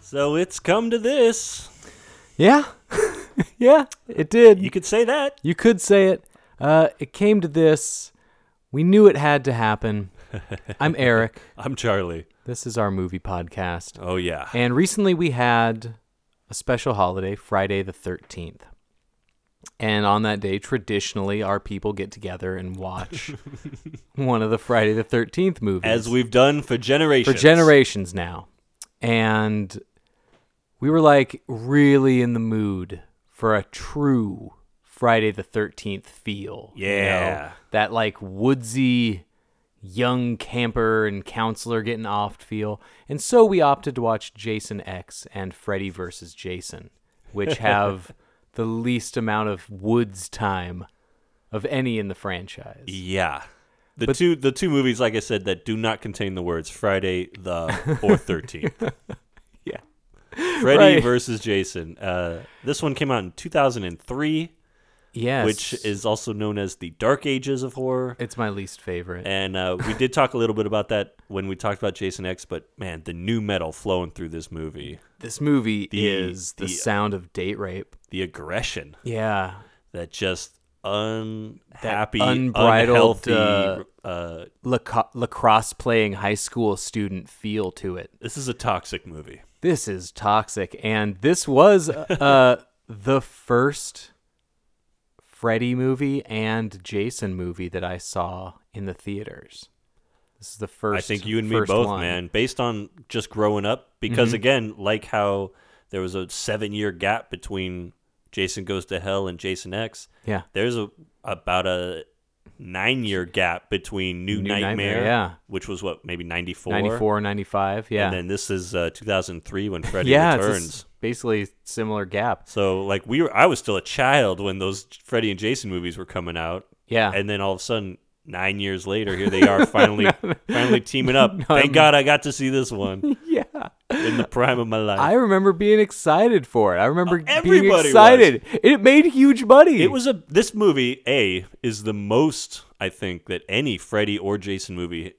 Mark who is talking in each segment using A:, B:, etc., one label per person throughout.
A: So it's come to this.
B: Yeah. yeah, it did.
A: You could say that.
B: You could say it. Uh, it came to this. We knew it had to happen. I'm Eric.
A: I'm Charlie.
B: This is our movie podcast.
A: Oh, yeah.
B: And recently we had a special holiday, Friday the 13th. And on that day, traditionally, our people get together and watch one of the Friday the 13th movies.
A: As we've done for generations.
B: For generations now. And we were like really in the mood for a true Friday the 13th feel.
A: Yeah.
B: You know? That like woodsy young camper and counselor getting off feel. And so we opted to watch Jason X and Freddy versus Jason, which have the least amount of woods time of any in the franchise.
A: Yeah. The but, two the two movies like I said that do not contain the words Friday the or 13th.
B: yeah.
A: Freddy right. versus Jason. Uh, this one came out in 2003.
B: Yes.
A: Which is also known as the Dark Ages of horror.
B: It's my least favorite.
A: And uh, we did talk a little bit about that when we talked about Jason X, but man, the new metal flowing through this movie.
B: This movie the, is the, the, sound of date rape.
A: The aggression.
B: Yeah.
A: That just unhappy,
B: that unbridled,
A: unhealthy, uh, uh,
B: lac- lacrosse playing high school student feel to it.
A: This is a toxic movie.
B: This is toxic. And this was uh, the first. Freddy movie and Jason movie that I saw in the theaters. This is the first.
A: I think you and me both, one. man. Based on just growing up, because mm-hmm. again, like how there was a seven-year gap between Jason Goes to Hell and Jason X.
B: Yeah,
A: there's a about a nine-year gap between New,
B: New
A: Nightmare, Nightmare,
B: yeah.
A: which was what maybe 94?
B: 94, 95, yeah.
A: And then this is uh, 2003 when Freddy
B: yeah,
A: returns
B: basically similar gap.
A: So like we were I was still a child when those Freddy and Jason movies were coming out.
B: Yeah.
A: And then all of a sudden 9 years later here they are finally no, finally teaming up. No, Thank I'm... God I got to see this one.
B: yeah.
A: In the prime of my life.
B: I remember being excited for it. I remember
A: uh,
B: being excited.
A: Was.
B: It made huge money.
A: It was a this movie A is the most I think that any Freddy or Jason movie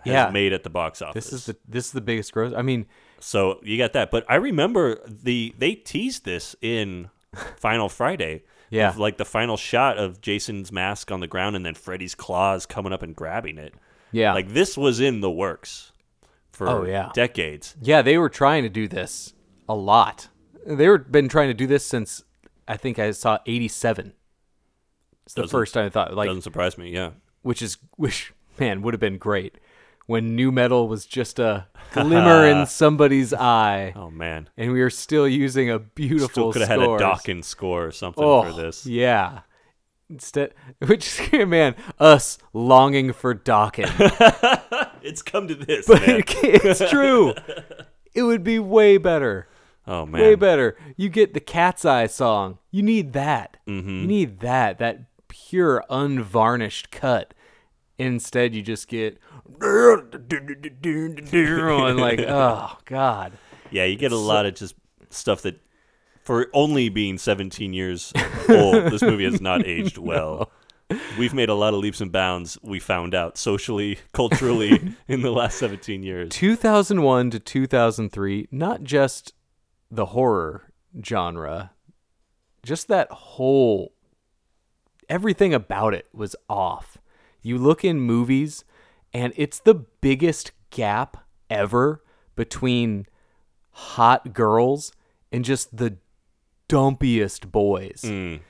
A: has
B: yeah.
A: made at the box office.
B: This is the this is the biggest gross. I mean,
A: so you got that. But I remember the they teased this in Final Friday.
B: yeah.
A: like the final shot of Jason's mask on the ground and then Freddy's claws coming up and grabbing it.
B: Yeah.
A: Like this was in the works for
B: oh, yeah.
A: decades.
B: Yeah, they were trying to do this a lot. They were been trying to do this since I think I saw eighty seven. It's the
A: doesn't,
B: first time I thought like
A: doesn't surprise me, yeah.
B: Which is which man would have been great when new metal was just a glimmer in somebody's eye.
A: Oh man!
B: And we were still using a beautiful.
A: Still could had
B: have
A: a Dawkins score or something
B: oh,
A: for this.
B: Yeah. Instead, which man, us longing for Dawkins.
A: it's come to this,
B: but
A: man.
B: It, it's true. it would be way better.
A: Oh man,
B: way better. You get the Cat's Eye song. You need that.
A: Mm-hmm.
B: You need that. That pure, unvarnished cut. Instead, you just get and like, oh god.
A: Yeah, you get a lot of just stuff that, for only being 17 years old, this movie has not aged well. No. We've made a lot of leaps and bounds. We found out socially, culturally, in the last 17 years.
B: 2001 to 2003, not just the horror genre, just that whole everything about it was off. You look in movies and it's the biggest gap ever between hot girls and just the dumpiest boys.
A: Mm.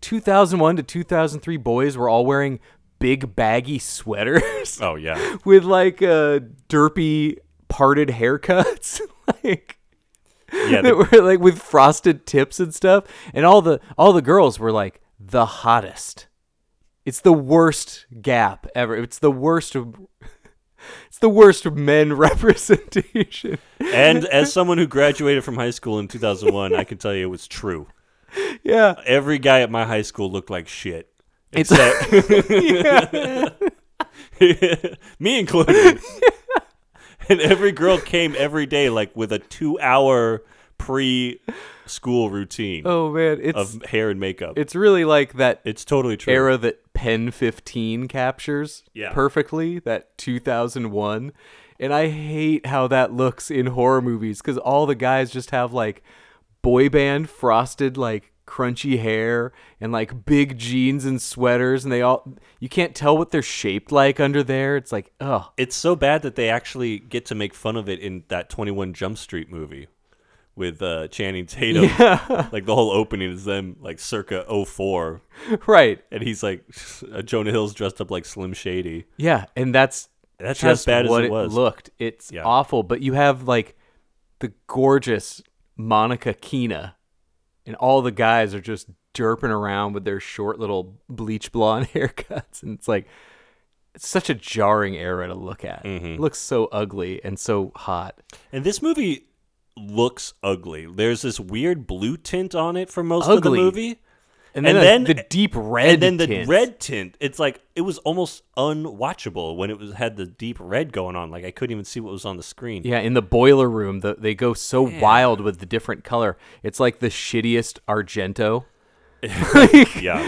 B: 2001 to 2003 boys were all wearing big baggy sweaters.
A: Oh yeah.
B: with like uh, derpy parted haircuts like
A: yeah,
B: that were like with frosted tips and stuff and all the all the girls were like the hottest. It's the worst gap ever. It's the worst It's the worst men representation.
A: And as someone who graduated from high school in 2001, I can tell you it was true.
B: yeah.
A: Every guy at my high school looked like shit.
B: It's-
A: Except me included. and every girl came every day like with a 2-hour pre-school routine
B: Oh man, it's
A: of hair and makeup.
B: it's really like that
A: It's totally true.
B: era that Pen 15 captures
A: Yeah.
B: perfectly, that 2001. And I hate how that looks in horror movies cuz all the guys just have like boy band frosted like crunchy hair and like big jeans and sweaters and they all you can't tell what they're shaped like under there. It's like, oh,
A: It's so bad that they actually get to make fun of it in that 21 Jump Street movie with uh, Channing Tatum. Like the whole opening is them like circa 04
B: right.
A: and he's like Jonah Hill's dressed up like Slim Shady.
B: Yeah, and that's
A: That's
B: just
A: as bad as
B: what
A: it was.
B: looked. It's
A: Yeah.
B: awful, but you have like the gorgeous Monica Keena, and all the guys are just derping around with their short little bleach blonde haircuts, and it's like it's such a jarring era to look at.
A: Mm-hmm.
B: It looks so ugly and so hot.
A: And this movie looks ugly. There's this weird blue tint on it for most of the
B: Ugly.
A: movie.
B: And then,
A: And
B: the-
A: then-
B: the deep red,
A: and then the
B: tints.
A: red tint. It's like it was almost unwatchable when it was had the deep red going on. Like I couldn't even see what was on the screen.
B: Yeah, in the boiler room, the, they go so wild with the different color. It's like the shittiest Argento.
A: Yeah,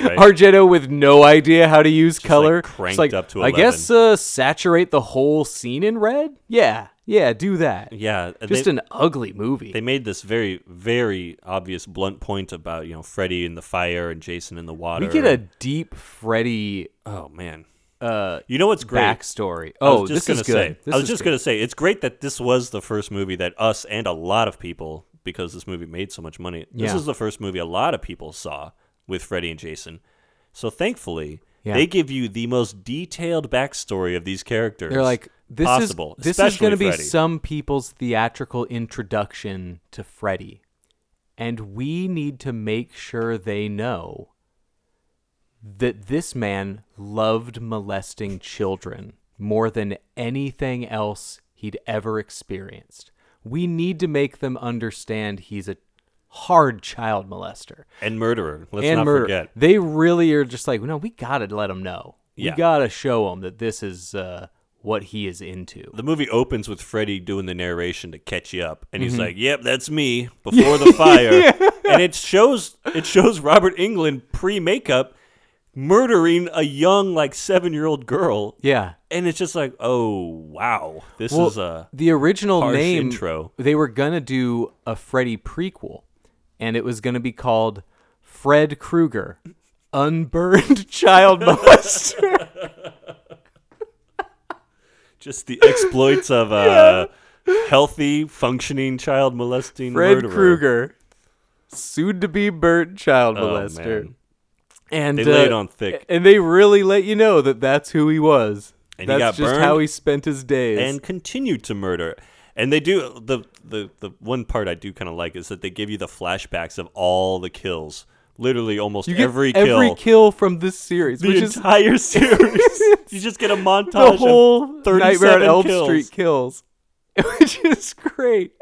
A: right.
B: Argento with no idea how to use color.
A: like, cranked
B: It's like,
A: up to
B: I guess uh, saturate the whole scene in red. Yeah, yeah, do that.
A: yeah, and
B: Just
A: they-
B: an ugly movie.
A: they made this very very obvious blunt point about you know Freddy in the fire and Jason in the water.
B: we get a deep Freddy
A: oh man, uh, you know what's great?
B: backstory.
A: I was
B: Oh,
A: just
B: this is
A: gonna
B: good.
A: say,
B: This
A: I was
B: is
A: just
B: good.
A: gonna say it's great that this was the first movie that us and a lot of people because this movie made so much money. This
B: Yeah.
A: is the first movie a lot of people saw with Freddy and Jason. So thankfully.
B: Yeah.
A: They give you the most detailed backstory of these characters.
B: They're like this
A: possible,
B: is this is
A: especially
B: going to be
A: Freddy.
B: some people's theatrical introduction to Freddy, and we need to make sure they know that this man loved molesting children more than anything else he'd ever experienced. We need to make them understand he's a hard child molester
A: and murderer. Let's
B: and
A: not
B: murder.
A: forget.
B: They really are just like, no, we gotta let them know.
A: Yeah.
B: We gotta show them that this is uh, what he is into.
A: the movie opens with Freddy doing the narration to catch you up, and he's
B: Mm-hmm.
A: like, "Yep, that's me before the fire," and it shows it shows Robert England pre makeup murdering a young like seven year old girl,
B: Yeah.
A: and it's just like, "Oh wow, this
B: Well,
A: is uh, a
B: the original
A: harsh
B: name.
A: intro.
B: They were gonna do a Freddy prequel, and it was gonna be called Fred Krueger, Unburned Child Molester.
A: just the exploits of a healthy, functioning child molesting
B: Fred
A: murderer."
B: Krueger, soon to be burnt child
A: Oh,
B: molester.
A: man.
B: and
A: They lay it
B: uh,
A: on thick.
B: and they really let you know that that's who he was.
A: And he
B: that's
A: got
B: just
A: burned,
B: how he spent his days.
A: and continue to murder. And they do the the the one part I do kind of like is that they give you the flashbacks of all the kills, literally almost
B: you get
A: every
B: every
A: kill,
B: kill from this series,
A: the
B: which is
A: entire series. you just get a montage
B: the
A: of
B: whole
A: 37
B: Nightmare on Elm
A: kills.
B: Street kills, which is great.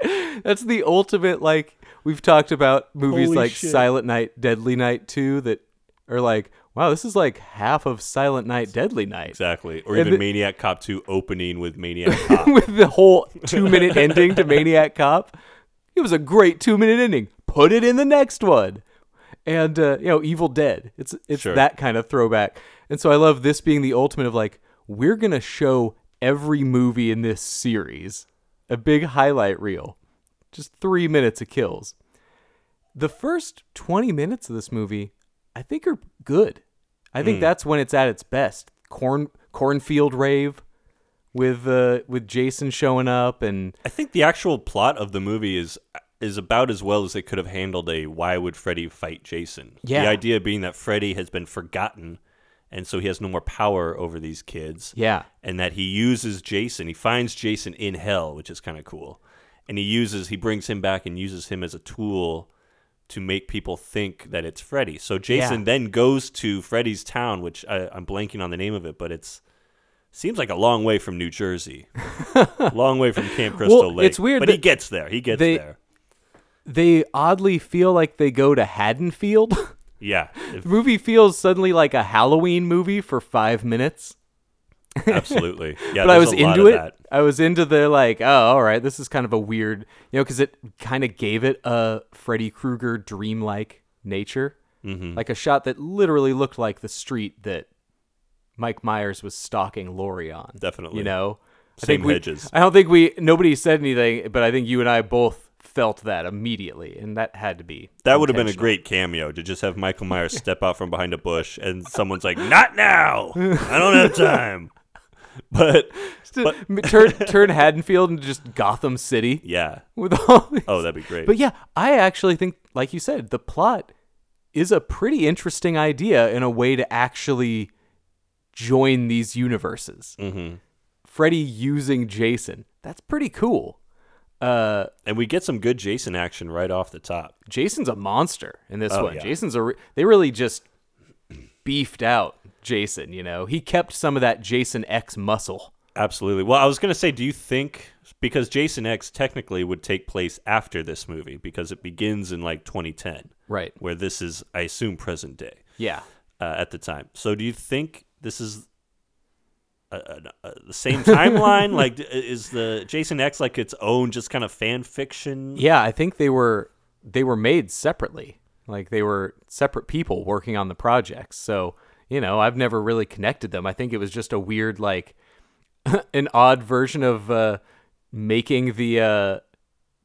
B: That's the ultimate. Like we've talked about movies
A: Holy
B: like
A: shit.
B: Silent Night, Deadly Night Two that are like, wow, this is like half of Silent Night, Deadly Night.
A: Exactly, or
B: And
A: even
B: the-
A: Maniac Cop Two opening with Maniac Cop.
B: with the whole two minute ending to Maniac Cop. It was a great two minute ending. Put it in the next one. And uh, you know, Evil Dead. It's it's
A: Sure.
B: that kind of throwback. And so I love this being the ultimate of like, we're gonna show every movie in this series. A big highlight reel. Just three minutes of kills. The first twenty minutes of this movie, I think are good. I think that's when it's at its best. Corn cornfield rave with uh with Jason showing up and
A: I think the actual plot of the movie is is about as well as they could have handled a why would Freddy fight Jason? The
B: Yeah.
A: idea being that Freddy has been forgotten and so he has no more power over these kids.
B: yeah.
A: and that he uses Jason. He finds Jason in hell, which is kind of cool. And he uses he brings him back and uses him as a tool to make people think that it's Freddy. So Jason
B: Yeah.
A: then goes to Freddy's town, which I, I'm blanking on the name of it, but it's Seems like a long way from New Jersey, long way from Camp Crystal
B: Well,
A: Lake.
B: it's weird
A: but
B: that
A: he gets there. He gets
B: they-
A: there.
B: They oddly feel like they go to Haddonfield.
A: Yeah, if-
B: the movie feels suddenly like a Halloween movie for five minutes.
A: absolutely. Yeah,
B: but I
A: there's
B: was
A: a lot
B: into
A: of
B: it.
A: That.
B: I was into the like, oh, all right, this is kind of a weird, you know, because it kind of gave it a Freddy Krueger dreamlike nature,
A: Mm-hmm.
B: like a shot that literally looked like the street that Mike Myers was stalking Lori on.
A: Definitely.
B: you know, I
A: Same
B: we-
A: hedges.
B: I don't think we nobody said anything, but I think you and I both felt that immediately, and that had to be
A: That would have been a
B: intentional.
A: great cameo to just have Michael Myers step out from behind a bush and someone's like, "Not now! I don't have time." But but
B: M- turn turn Haddonfield into just Gotham City
A: yeah,
B: with all. these-
A: oh, that'd be great.
B: But yeah, I actually think, like you said, the plot is a pretty interesting idea in a way to actually join these universes. Mm-hmm. Freddy using Jason. That's pretty cool. Uh,
A: and we get some good Jason action right off the top.
B: Jason's a monster in this
A: Oh,
B: one.
A: yeah.
B: Jason's a. Re- they really just beefed out Jason, you know? He kept some of that Jason X muscle.
A: Absolutely. Well, I was gonna say, do you think because Jason X technically would take place after this movie because it begins in like 2010,
B: Right.
A: where this is, I assume, present day.
B: Yeah.
A: uh, at the time. So do you think this is a, a, a, the same timeline? like, d- is the Jason X like its own just kind of fan fiction?
B: Yeah, I think they were they were made separately. Like they were separate people working on the projects. So, you know, I've never really connected them. I think it was just a weird like an odd version of uh making the uh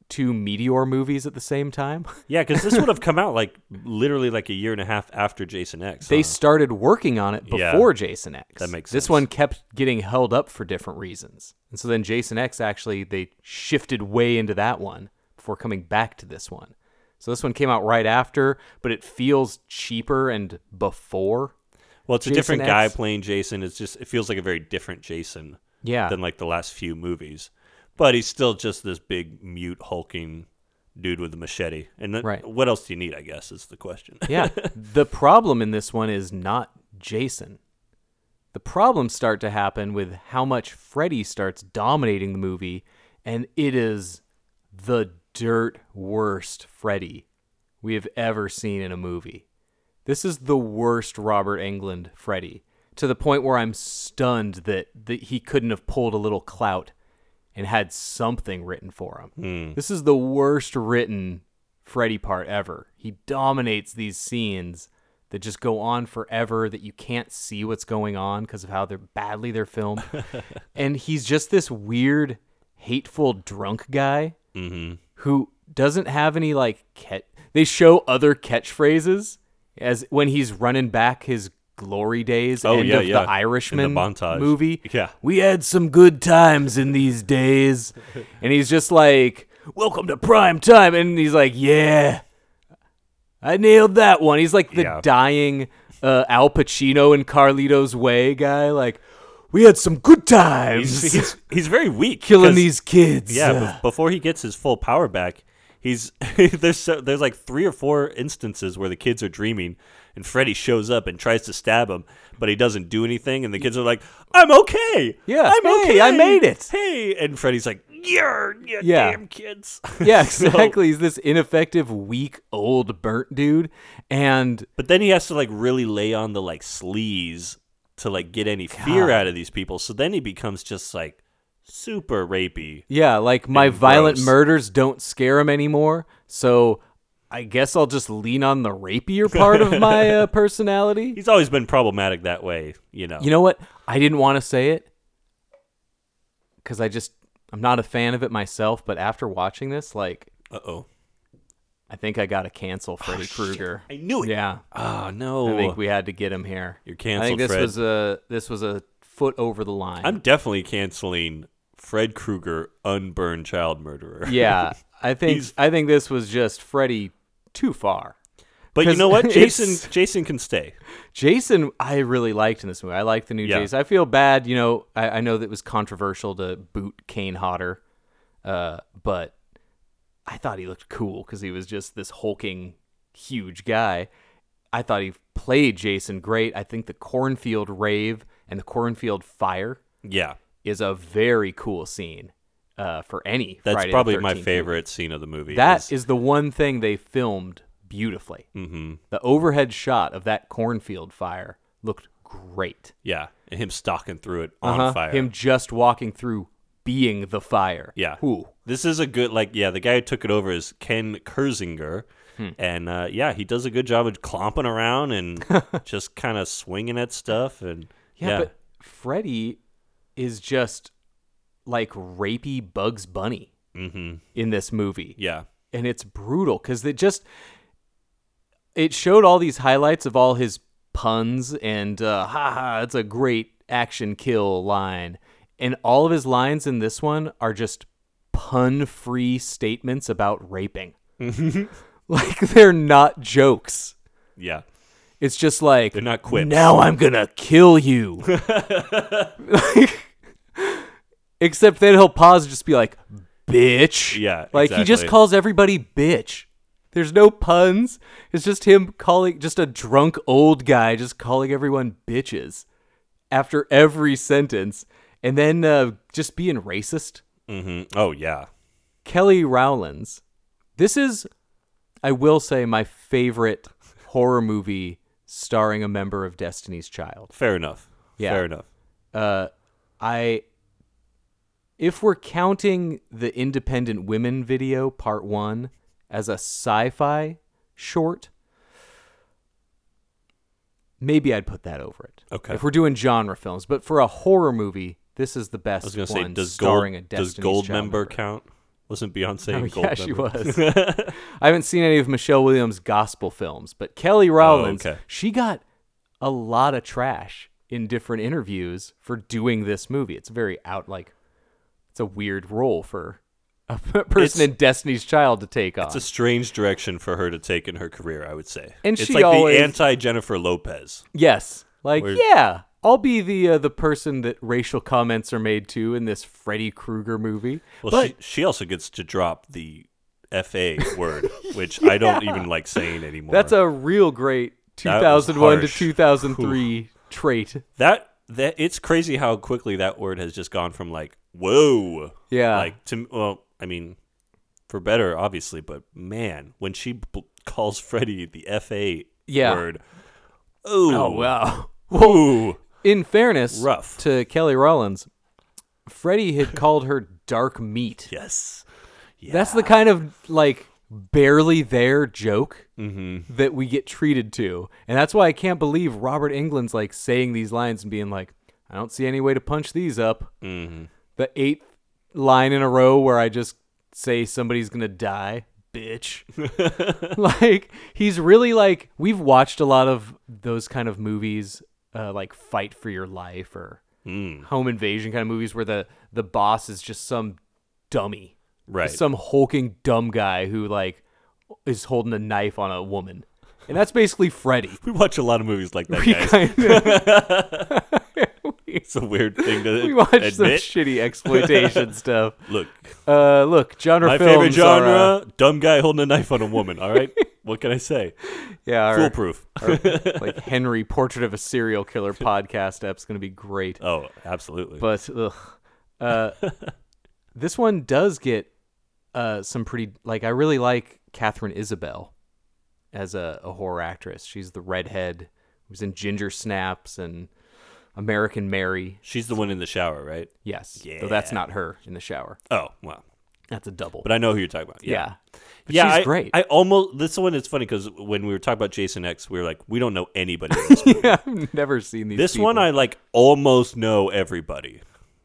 B: two meteor movies at the same time.
A: Yeah, because this would have come out like literally like a year and a half after Jason X.
B: they
A: huh?
B: started working on it
A: Yeah.
B: before Jason X.
A: That makes
B: This
A: sense.
B: one kept getting held up for different reasons. And so then Jason X actually they shifted way into that one before coming back to this one. So this one came out right after, but it feels cheaper and before.
A: well, it's a
B: Jason
A: different guy
B: X.
A: playing Jason. It's just it feels like a very different Jason
B: Yeah.
A: than like the last few movies, but he's still just this big mute hulking dude with a machete. And then,
B: Right.
A: what else do you need? I guess is the question.
B: yeah. The problem in this one is not Jason. The problems start to happen with how much Freddy starts dominating the movie, and it is the dirt worst Freddy we have ever seen in a movie. This is the worst Robert Englund Freddy, to the point where I'm stunned that, that he couldn't have pulled a little clout and had something written for him. This is the worst written Freddy part ever. He dominates these scenes that just go on forever that you can't see what's going on because of how they're badly they're filmed. and he's just this weird, hateful drunk guy
A: Mm-hmm.
B: who doesn't have any like cat they show other catchphrases as when he's running back his glory days
A: Oh,
B: end
A: yeah,
B: of
A: yeah. In
B: the
A: the
B: Irishman
A: montage.
B: movie.
A: Yeah.
B: We had some good times in these days. and he's just like, Welcome to prime time and he's like, Yeah. I nailed that one. He's like the
A: Yeah.
B: dying uh, Al Pacino in Carlito's Way guy, like we had some good times
A: He's, he's, he's very weak.
B: killing
A: 'cause-
B: these kids.
A: Yeah,
B: Uh,
A: bef- before he gets his full power back, he's there's so, there's like three or four instances where the kids are dreaming, and Freddy shows up and tries to stab him, but he doesn't do anything, and the kids are like, "I'm okay,
B: Yeah,
A: I'm
B: hey,
A: okay,
B: I made it."
A: hey," and Freddy's like, "You're, you
B: Yeah.
A: damn kids."
B: Yeah,
A: So-
B: exactly. He's this ineffective, weak, old, burnt dude, and
A: but then he has to like really lay on the like sleaze to like get any fear out of these people. So then he becomes just like super rapey.
B: yeah, like my
A: And
B: violent
A: gross.
B: murders don't scare him anymore. So I guess I'll just lean on the rapier part of my uh, personality.
A: He's always been problematic that way, you know.
B: You know what? I didn't want to say it because I just I'm not a fan of it myself. But after watching this, like
A: Uh oh.
B: I think I got to cancel Freddy Krueger.
A: Ah, I knew it.
B: Yeah,
A: Ah no.
B: I think we had to get him here.
A: You're
B: I think
A: canceled,
B: this
A: Fred.
B: was a this was a foot over the line.
A: I'm definitely canceling Fred Krueger, unburned child murderer.
B: yeah, I think
A: He's-
B: I think this was just Freddy too far.
A: but you
B: 'cause
A: know what?
B: it's-
A: Jason Jason can stay.
B: Jason, I really liked in this movie. I liked the new
A: Yeah.
B: Jason. I feel bad, you know. I, I know that it was controversial to boot Kane Hodder, uh, but I thought he looked cool because he was just this hulking, huge guy. I thought he played Jason great. I think the cornfield rave and the cornfield fire
A: Yeah.
B: is a very cool scene uh, for any.
A: That's
B: Friday the
A: probably my
B: 13th movie.
A: favorite scene of the movie.
B: That is the one thing they filmed beautifully.
A: hmm
B: The overhead shot of that cornfield fire looked great.
A: Yeah. And him stalking through it on
B: Uh-huh.
A: fire.
B: Him just walking through, being the fire.
A: Yeah.
B: Whew.
A: This is a good like yeah, the guy who took it over is Ken Kurzinger.
B: Hmm.
A: And uh, yeah, he does a good job of clomping around and just kind of swinging at stuff and
B: Yeah, but Freddy is just like rapey Bugs Bunny
A: hmm
B: in this movie.
A: yeah.
B: and it's brutal because it just it showed all these highlights of all his puns and uh, ha ha it's a great action kill line and all of his lines in this one are just pun free statements about raping like they're not jokes
A: Yeah.
B: it's just like
A: They're not quips.
B: now i'm gonna kill you Like, except then he'll pause and just be like bitch
A: Yeah,
B: like he just
A: exactly.
B: calls everybody bitch there's no puns it's just him calling just a drunk old guy just calling everyone bitches after every sentence and then uh, just being racist
A: hmm Oh yeah.
B: Kelly Rowlands. This is, I will say, my favorite horror movie starring a member of Destiny's Child.
A: Fair enough.
B: Yeah.
A: Fair enough.
B: Uh, I, if we're counting the Independent Women video part one as a sci-fi short, maybe I'd put that over it.
A: Okay.
B: If we're doing genre films, but for a horror movie, this is the best
A: I was gonna
B: one.
A: say, does
B: starring
A: gold
B: a
A: does
B: Destiny's
A: gold
B: Child
A: member count? Wasn't Beyonce
B: Oh,
A: a gold
B: yeah, she
A: member?
B: was. I haven't seen any of Michelle Williams' gospel films, but Kelly Rowlands,
A: Oh, okay.
B: she got a lot of trash in different interviews for doing this movie. It's very out like it's a weird role for a person
A: It's-
B: in Destiny's Child to take on.
A: It's a strange direction for her to take in her career, I would say.
B: And
A: it's
B: she
A: like
B: always-
A: the anti Jennifer Lopez.
B: yes, like
A: We're-
B: yeah, I'll be the uh, the person that racial comments are made to in this Freddy Krueger movie.
A: Well,
B: but
A: she, she also gets to drop the fa word, which I don't even like saying anymore.
B: that's a real great
A: That was
B: 2001 to
A: harsh.
B: 2003 trait.
A: that that it's crazy how quickly that word has just gone from like whoa,
B: Yeah.
A: like to well, I mean, for better obviously, but man, when she b- calls Freddie the fa
B: Yeah.
A: word, ooh,
B: Oh wow.
A: ooh,
B: In fairness,
A: Rough.
B: to Kelly Rollins, Freddie had called her dark meat.
A: yes,
B: That's the kind of like barely there joke that we get treated to, and that's why I can't believe Robert England's like saying these lines and being like, "I don't see any way to punch these up." The eighth line in a row where I just say somebody's gonna die, bitch. like he's really like we've watched a lot of those kind of movies, uh, like Fight for Your Life or home invasion kind of movies where the the boss is just some dummy
A: right,
B: some hulking dumb guy who like is holding a knife on a woman and that's basically freddy
A: We watch a lot of movies like that,
B: we,
A: guys.
B: kind of-
A: It's a weird thing to
B: we watch some
A: admit.
B: shitty exploitation stuff
A: Look,
B: uh look genre
A: my
B: films
A: favorite genre:
B: are, uh,
A: dumb guy holding a knife on a woman. All right, what can I say?
B: yeah our,
A: Foolproof.
B: our, like henry portrait of a serial killer podcast app's gonna be great
A: Oh, absolutely.
B: but ugh. Uh, this one does get uh, some pretty like I really like Catherine Isabel as a, a horror actress. She's the redhead who was in Ginger Snaps and American Mary.
A: She's the one in the shower, right?
B: Yes, though that's not her in the shower.
A: Oh, wow.
B: That's a double.
A: But I know who you're talking about.
B: yeah.
A: Yeah,
B: But
A: yeah.
B: she's
A: I,
B: great.
A: I almost this one is funny because when we were talking about Jason X, we were like, we don't know anybody. in this movie.
B: I've never seen these.
A: this one,
B: people.
A: I like almost know everybody.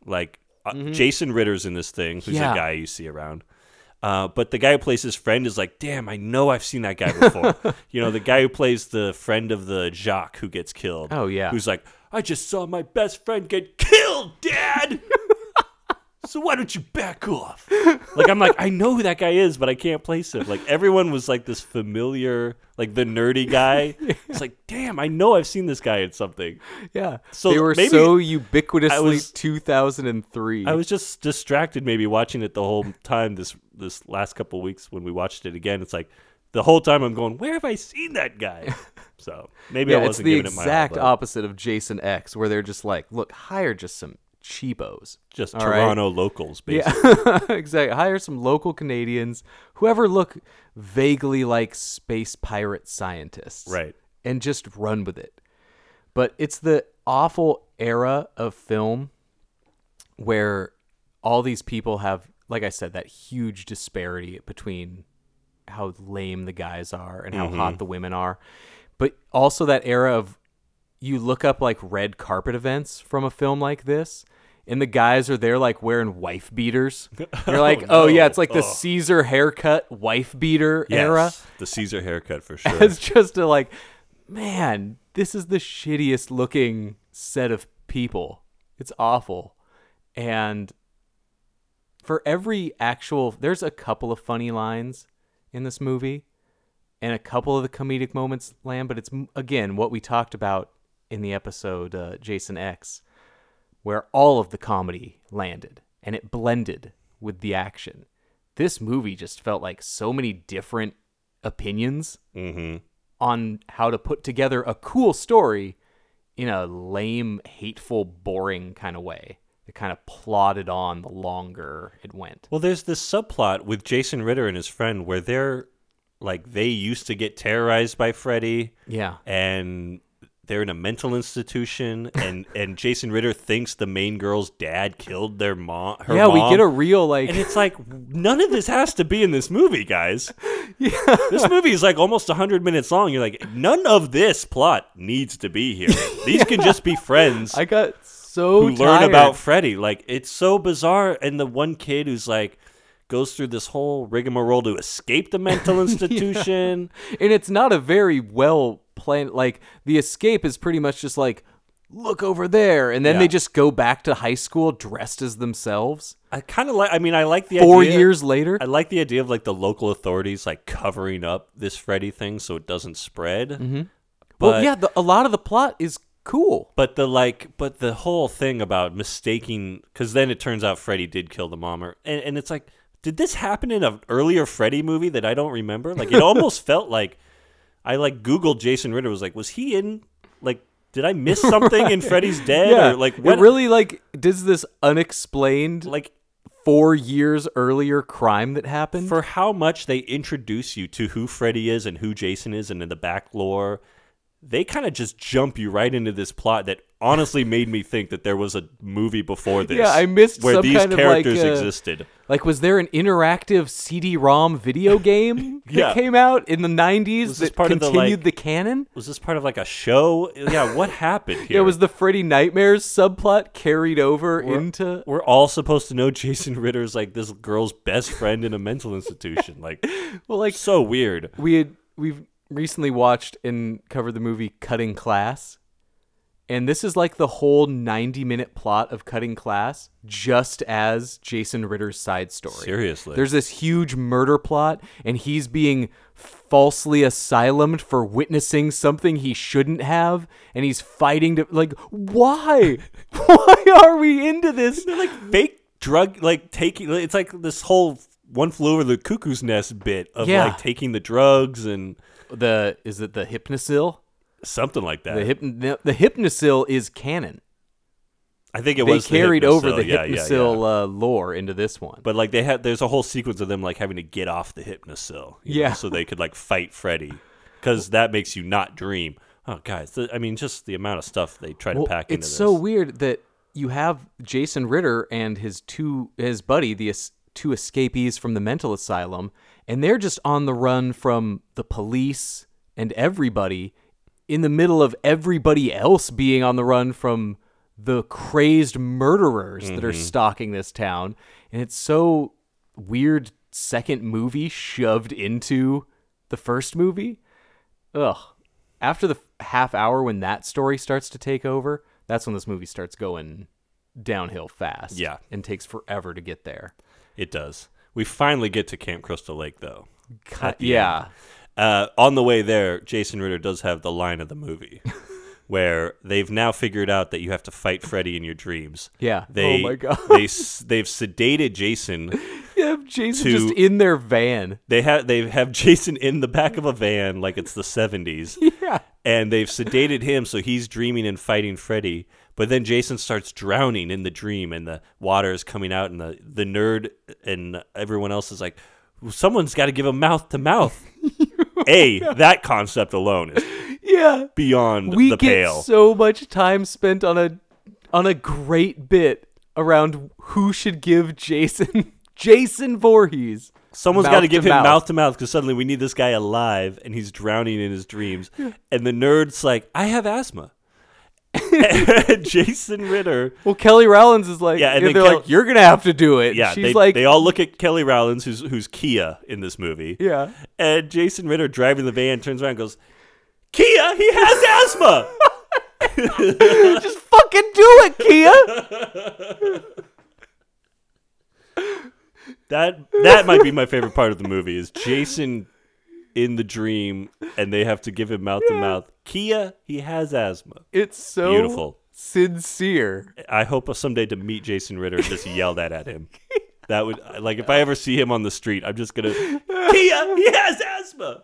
A: Like uh, Jason Ritter's in this thing, who's
B: Mm-hmm. Yeah.
A: a guy you see around. Uh, but the guy who plays his friend is like, damn, I know I've seen that guy before. you know, the guy who plays the friend of the Jacques who gets killed.
B: Oh, yeah.
A: who's like, I just saw my best friend get killed, Dad. so why don't you back off? Like I'm like, I know who that guy is, but I can't place him. Like everyone was like this familiar, like the nerdy guy. It's like, damn, I know I've seen this guy in something.
B: yeah.
A: so
B: they were
A: maybe
B: so ubiquitously
A: I was-
B: 2003.
A: I was just distracted, maybe watching it the whole time. This this last couple weeks when we watched it again, it's like the whole time I'm going, where have I seen that guy? So maybe I
B: yeah, it's
A: wasn't
B: the
A: giving it my all,
B: exact
A: but-
B: opposite of Jason X, where they're just like, look, hire just some cheapos.
A: Just
B: all right?
A: Toronto locals, basically.
B: Yeah, exactly. Hire some local Canadians, whoever look vaguely like space pirate scientists.
A: Right.
B: And just run with it. But it's the awful era of film where all these people have, like I said, that huge disparity between how lame the guys are and
A: Mm-hmm.
B: how hot the women are. But also that era of you look up like red carpet events from a film like this and the guys are there like wearing wife beaters. You're like, oh,
A: no.
B: yeah, it's like the
A: Ugh.
B: Caesar haircut wife beater era.
A: Yes, the Caesar haircut for sure.
B: It's just a like, man, this is the shittiest looking set of people. It's awful. And for every actual there's a couple of funny lines in this movie and a couple of the comedic moments land, but it's m- again what we talked about in the episode uh, Jason X where all of the comedy landed and it blended with the action. This movie just felt like so many different opinions
A: Mm-hmm.
B: on how to put together a cool story in a lame, hateful, boring kind of way. It kind of plodded on the longer it went.
A: Well, there's this subplot with Jason Ritter and his friend where they're like they used to get terrorized by Freddy.
B: Yeah.
A: And they're in a mental institution and and Jason Ritter thinks the main girl's dad killed their mom her
B: yeah, we
A: mom.
B: get a real like
A: and it's like none of this has to be in this movie, guys. This movie is like almost 100 minutes long. You're like none of this plot needs to be here. These can just be friends
B: I got so
A: who learn
B: tired.
A: about Freddy. Like it's so bizarre. And the one kid who's like goes through this whole rigmarole to escape the mental institution.
B: and it's not a very well planned like the escape is pretty much just like look over there and then
A: Yeah.
B: they just go back to high school dressed as themselves
A: I kind of like. I mean, I like the
B: four
A: idea-
B: years later
A: I like the idea of like the local authorities like covering up this Freddy thing so it doesn't spread. Mm-hmm. But
B: well yeah the, a lot of the plot is cool
A: But the like, but the whole thing about mistaking, because then it turns out Freddy did kill the mom, or, and, and it's like, did this happen in an earlier Freddy movie that I don't remember? Like, it almost felt like I like Googled Jason Ritter was like, was he in like, did I miss something in Freddy's Dead?
B: yeah
A: Or like, what
B: it really like does this unexplained
A: like
B: four years earlier crime that happened
A: for how much they introduce you to who Freddy is and who Jason is, and in the back lore, they kind of just jump you right into this plot that honestly made me think that there was a movie before this.
B: Yeah, I missed
A: where
B: some
A: these
B: kind of, like,
A: characters
B: uh,
A: existed.
B: like was there an interactive cd-rom video game
A: Yeah.
B: that came out in the 90s
A: Was this
B: that
A: part of the,
B: continued
A: like-
B: the canon
A: Was this part of like a show? Yeah, what happened here?
B: Yeah, was the Freddy Nightmares subplot carried over into?
A: We're all supposed to know Jason Ritter's like this girl's best friend in a mental institution. Like,
B: Well, like
A: so weird.
B: we had we've recently watched and covered the movie Cutting Class, and this is like the whole ninety-minute plot of Cutting Class, just as Jason Ritter's side story.
A: Seriously.
B: there's this huge murder plot, and he's being falsely asylumed for witnessing something he shouldn't have, and he's fighting to like why? why are we into this?
A: like fake drug like taking it's like this whole one flew over the cuckoo's nest bit of
B: Yeah.
A: like taking the drugs and
B: The is it the hypnosil?
A: something like that
B: The hyp- the the hypnosil is canon.
A: i think it
B: They
A: was the
B: carried over the
A: Hypnosil, yeah, yeah, yeah.
B: hypnosil uh, lore into this one.
A: but like they had there's a whole sequence of them like having to get off the hypnosil you know,
B: Yeah.
A: so they could like fight freddy because that makes you not dream oh guys th- i mean just the amount of stuff they try to
B: Well,
A: pack into
B: it's
A: this
B: so weird that you have Jason Ritter and his two his buddy the es- two escapees from the mental asylum, and they're just on the run from the police and everybody in the middle of everybody else being on the run from the crazed murderers that
A: Mm-hmm.
B: are stalking this town, and it's so weird. Second movie shoved into the first movie. Ugh. After the f- half hour when that story starts to take over, that's when this movie starts going downhill fast.
A: Yeah.
B: And takes forever to get there.
A: it does we finally get to camp crystal lake though At the
B: yeah.
A: Uh, on the way there, Jason Ritter does have the line of the movie where they've now figured out that you have to fight Freddy in your dreams.
B: Yeah.
A: They,
B: oh my god.
A: they s- they've sedated Jason.
B: yeah, Jason
A: to-
B: just in their van.
A: They have they have Jason in the back of a van like it's the 70s
B: Yeah.
A: and they've sedated him so he's dreaming and fighting Freddy, But then Jason starts drowning in the dream, and the water is coming out, and the the nerd and everyone else is like, "Well, someone's got to give him mouth to mouth. A that concept alone is
B: Yeah.
A: beyond
B: We
A: the
B: get
A: pale.
B: so much time spent on a on a great bit around who should give Jason Jason Voorhees.
A: Someone's
B: mouth
A: got to give
B: to
A: him
B: mouth.
A: mouth to mouth because suddenly we need this guy alive and he's drowning in his dreams. And the nerd's like, I have asthma. And Jason Ritter.
B: Well, Kelly Rollins is like,
A: Yeah, and
B: they're
A: then Kel-
B: like, you're gonna have to do it.
A: Yeah,
B: she's
A: they,
B: like,
A: they all look at Kelly Rollins, who's who's Kia in this movie.
B: yeah,
A: And Jason Ritter driving the van turns around and goes, Kia, he has asthma.
B: just fucking do it, Kia.
A: That that might be my favorite part of the movie is Jason in the dream and they have to give him mouth to mouth. Kia, he has asthma.
B: It's so
A: Beautiful.
B: sincere.
A: I hope someday to meet Jason Ritter and just yell that at him. That would like if I ever see him on the street, I'm just gonna Kia, he has asthma,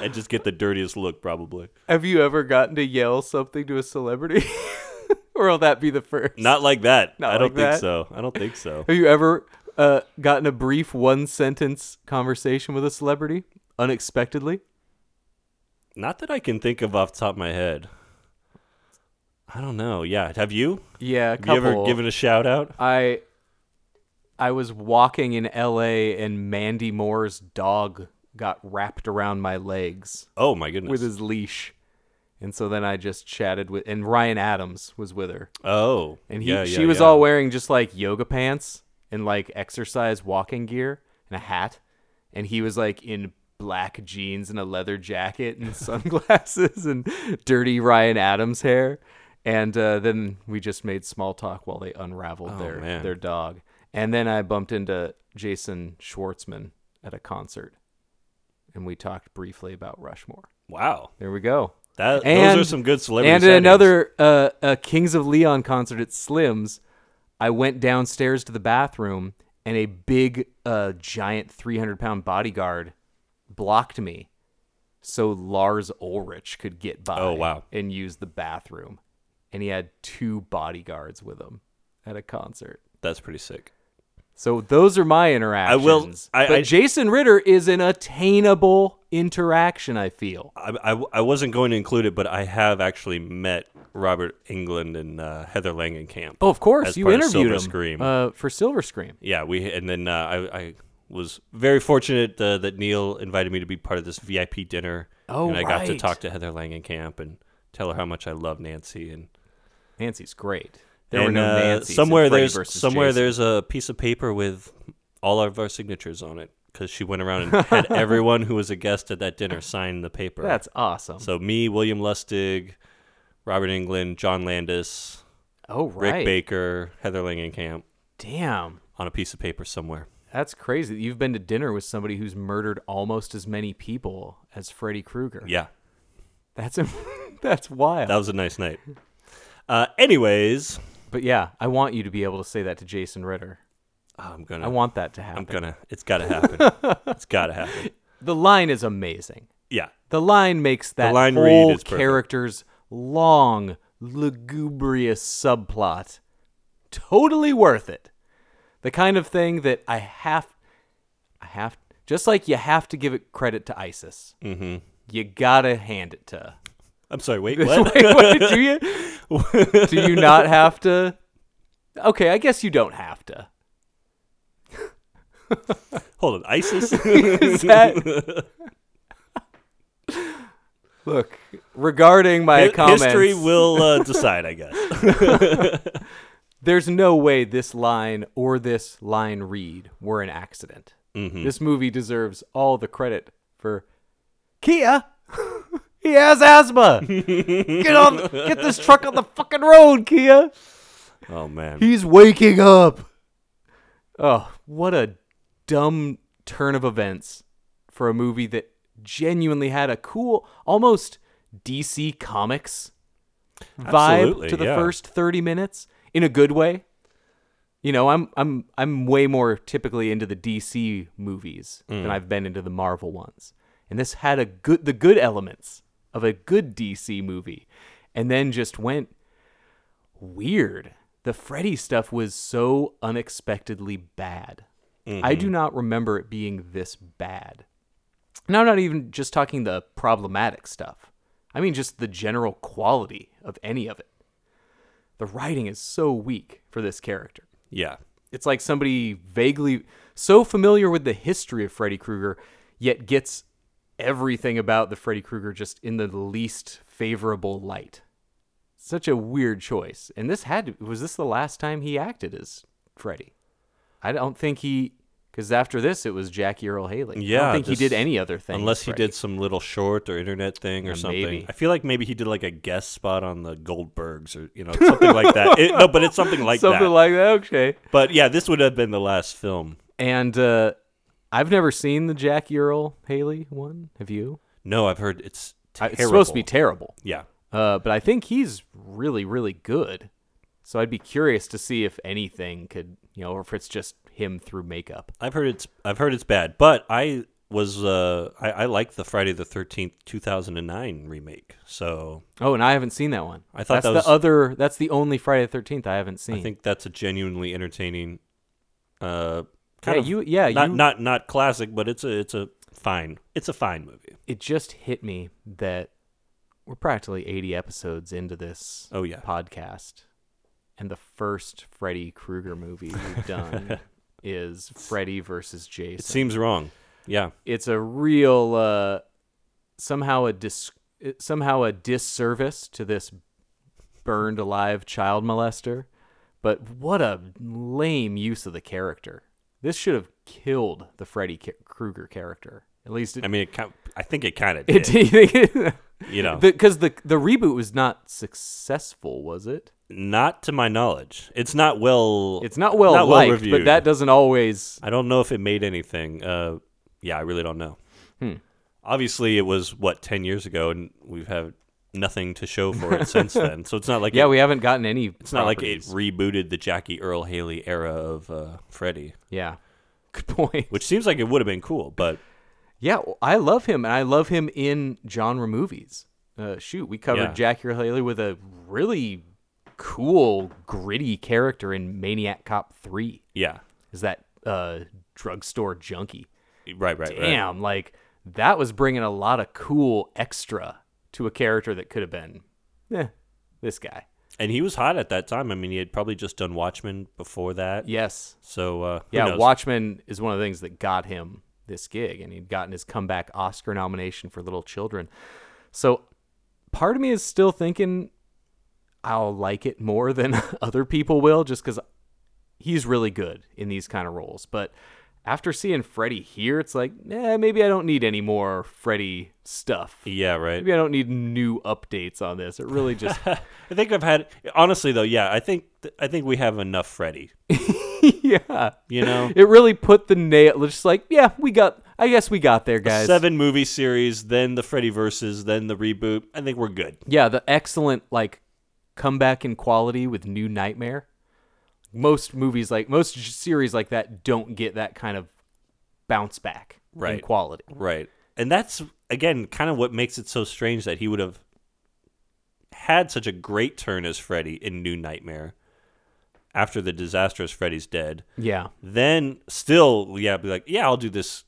A: and just get the dirtiest look probably.
B: Have you ever gotten to yell something to a celebrity, or will that be the first?
A: Not like that.
B: Not
A: I don't
B: like
A: think
B: that.
A: so. I don't think so.
B: Have you ever uh, gotten a brief one sentence conversation with a celebrity unexpectedly?
A: Not that I can think of off the top of my head. I don't know. Yeah, have you?
B: Yeah, a
A: Have you
B: couple.
A: ever given a shout out?
B: I I was walking in L.A. and Mandy Moore's dog got wrapped around my legs
A: Oh my goodness.
B: with his leash, and so then I just chatted with and Ryan Adams was with her,
A: oh,
B: and he
A: yeah,
B: she
A: yeah,
B: was
A: yeah.
B: all wearing just like yoga pants and like exercise walking gear and a hat, and he was like in black jeans and a leather jacket and sunglasses and dirty Ryan Adams hair. And uh, then we just made small talk while they unraveled their
A: Oh, man.
B: their dog. And then I bumped into Jason Schwartzman at a concert, and we talked briefly about Rushmore.
A: Wow,
B: There we go.
A: that
B: And-
A: Uh, those are some good celebrity.
B: And at
A: sightings.
B: another uh, uh, Kings of Leon concert at Slim's, I went downstairs to the bathroom, and a big, uh, giant, three hundred pound bodyguard blocked me, so Lars Ulrich could get by.
A: Oh, wow.
B: And use the bathroom, and he had two bodyguards with him at a concert.
A: That's pretty sick.
B: So those are my interactions.
A: will- I-
B: but
A: I-
B: Jason Ritter is an attainable interaction. I feel.
A: I, I, I wasn't going to include it, but I have actually met Robert England and uh, Heather Langenkamp.
B: Oh, of course,
A: as
B: you
A: part of
B: interviewed
A: Silver
B: him
A: Scream.
B: Uh, for Silver Scream.
A: yeah, we and then uh, I, I was very fortunate uh, that Neil invited me to be part of this VIP dinner.
B: Oh,
A: and I got to
B: right.
A: talk to Heather Langenkamp and tell her how much I love Nancy and.
B: Nancy's great. There were
A: and,
B: no
A: uh,
B: Nancy's. in
A: somewhere
B: Freddy
A: there's
B: versus
A: somewhere
B: Jason.
A: there's a piece of paper with all of our signatures on it because she went around and had everyone who was a guest at that dinner sign the paper.
B: That's awesome.
A: So me, William Lustig, Robert England, John Landis,
B: oh
A: Rick
B: right.
A: Baker, Heather Langenkamp
B: Damn.
A: on a piece of paper somewhere.
B: That's crazy. that You've been to dinner with somebody who's murdered almost as many people as Freddy Krueger.
A: Yeah,
B: That's im- that's wild.
A: that was a nice night. Uh, anyways,
B: but yeah, I want you to be able to say that to Jason Ritter.
A: I'm gonna.
B: I want that to happen.
A: I'm gonna. It's gotta happen. it's gotta happen.
B: The line is amazing.
A: Yeah.
B: The line makes that
A: line read
B: whole
A: is perfect.
B: character's long, lugubrious subplot totally worth it. The kind of thing that I have, I have, just like you have to give it credit to ISIS. Mm-hmm. You gotta hand it to.
A: I'm sorry. Wait.
B: Wait,
A: What?
B: wait, do you? do you not have to? Okay, I guess you don't have to.
A: Hold on. ISIS.
B: Is that? Look, regarding my
A: Hi-
B: comments,
A: History will uh, decide, I guess.
B: there's no way this line or this line read were an accident. This movie deserves all the credit for Kia. he has asthma. get on, get this truck on the fucking road, Kia.
A: Oh man,
B: He's waking up. Oh, what a dumb turn of events for a movie that genuinely had a cool, almost DC Comics vibe
A: Absolutely,
B: to the
A: yeah.
B: first 30 minutes in a good way. You know, I'm I'm I'm way more typically into the DC movies
A: Mm.
B: than I've been into the Marvel ones. And this had a good the good elements of a good DC movie and then just went weird. The Freddy stuff was so unexpectedly bad. I
A: Mm-hmm.
B: do not remember it being this bad. And I'm not even just talking the problematic stuff. I mean just the general quality of any of it. The writing is so weak for this character
A: Yeah.
B: it's like somebody vaguely so familiar with the history of Freddy Krueger, yet gets everything about the Freddy Krueger just in the least favorable light. Such a weird choice. And this had to, was this the last time he acted as Freddy? I don't think he because after this it was Jackie Earl Haley. I
A: Yeah,
B: don't think
A: this-
B: he did any other thing.
A: Unless
B: as
A: he
B: Freddy.
A: did some little short or internet thing or
B: Uh,
A: something.
B: maybe.
A: I feel like maybe he did like a guest spot on the Goldbergs or you know something like that. It- no, but it's something like
B: something
A: that.
B: like that. Okay.
A: but yeah, this would have been the last film.
B: And uh, I've never seen the Jackie Earl Haley one. Have you?
A: No, I've heard it's
B: I-
A: terrible.
B: Uh, it's supposed to be terrible.
A: yeah.
B: Uh, but I think he's really, really good. So I'd be curious to see if anything could, you know, or if it's just him through makeup.
A: I've heard it's I've heard it's bad, but I was uh I, I like the Friday the Thirteenth two thousand and nine remake. So
B: Oh, and I haven't seen that one.
A: I thought
B: that's
A: that was-
B: the other. That's the only Friday the Thirteenth I haven't seen.
A: I think that's a genuinely entertaining. Uh,
B: Yeah,
A: kind of
B: you- yeah,
A: not
B: you-
A: not not classic, but it's a it's a fine it's a fine movie.
B: it just hit me that we're practically eighty episodes into this.
A: Oh, yeah.
B: podcast, and the first Freddy Krueger movie we've done is Freddy versus Jason.
A: It seems wrong. Yeah,
B: it's a real uh, somehow a dis- it- somehow a disservice to this burned alive child molester. But what a lame use of the character. This should have killed the Freddy K- Krueger character. At least it,
A: I mean, it kind I think it kind of
B: it
A: did.
B: did.
A: You know,
B: Because the, the reboot was not successful, was it?
A: not to my knowledge. It's not well.
B: It's not well liked, but that doesn't always.
A: I don't know if it made anything. Uh, yeah, I really don't know.
B: Hmm.
A: Obviously, it was what ten years ago, and we've had nothing to show for it since then. So it's not like
B: Yeah,
A: it-
B: we haven't gotten any.
A: It's not like it rebooted the Jackie Earl Haley era of uh, Freddy,
B: yeah, good point.
A: which seems like it would have been cool, but
B: Yeah, well, I love him, and I love him in genre movies. Uh, shoot, we covered
A: Yeah.
B: Jackie Earl Haley with a really cool, gritty character in Maniac Cop Three.
A: yeah,
B: Is that uh, drugstore junkie?
A: right, right, right.
B: Damn, like that was bringing a lot of cool extra to a character that could have been, eh, this guy.
A: And he was hot at that time. I mean, he had probably just done Watchmen before that.
B: Yes,
A: So uh, who
B: yeah.
A: knows?
B: Watchmen is one of the things that got him this gig, and he'd gotten his comeback Oscar nomination for Little Children. So part of me is still thinking I'll like it more than other people will just because he's really good in these kind of roles. But after seeing Freddy here, it's like, eh, maybe I don't need any more Freddy stuff.
A: Yeah, right.
B: Maybe I don't need new updates on this. It really just,
A: I think I've had honestly though. Yeah, I think th- I think we have enough Freddy.
B: yeah.
A: You know,
B: It really put the nail, just like, yeah, we got, I guess we got there, guys.
A: seven movie series, then the Freddy versus, then the reboot. I think we're good.
B: Yeah, the excellent like comeback in quality with New Nightmare. Most movies like most j- series like that don't get that kind of bounce back in
A: Right.
B: quality.
A: Right. And that's again kind of what makes it so strange that he would have had such a great turn as Freddy in New Nightmare after the disastrous Freddy's dead.
B: Yeah,
A: Then still, yeah, be like, yeah, I'll do this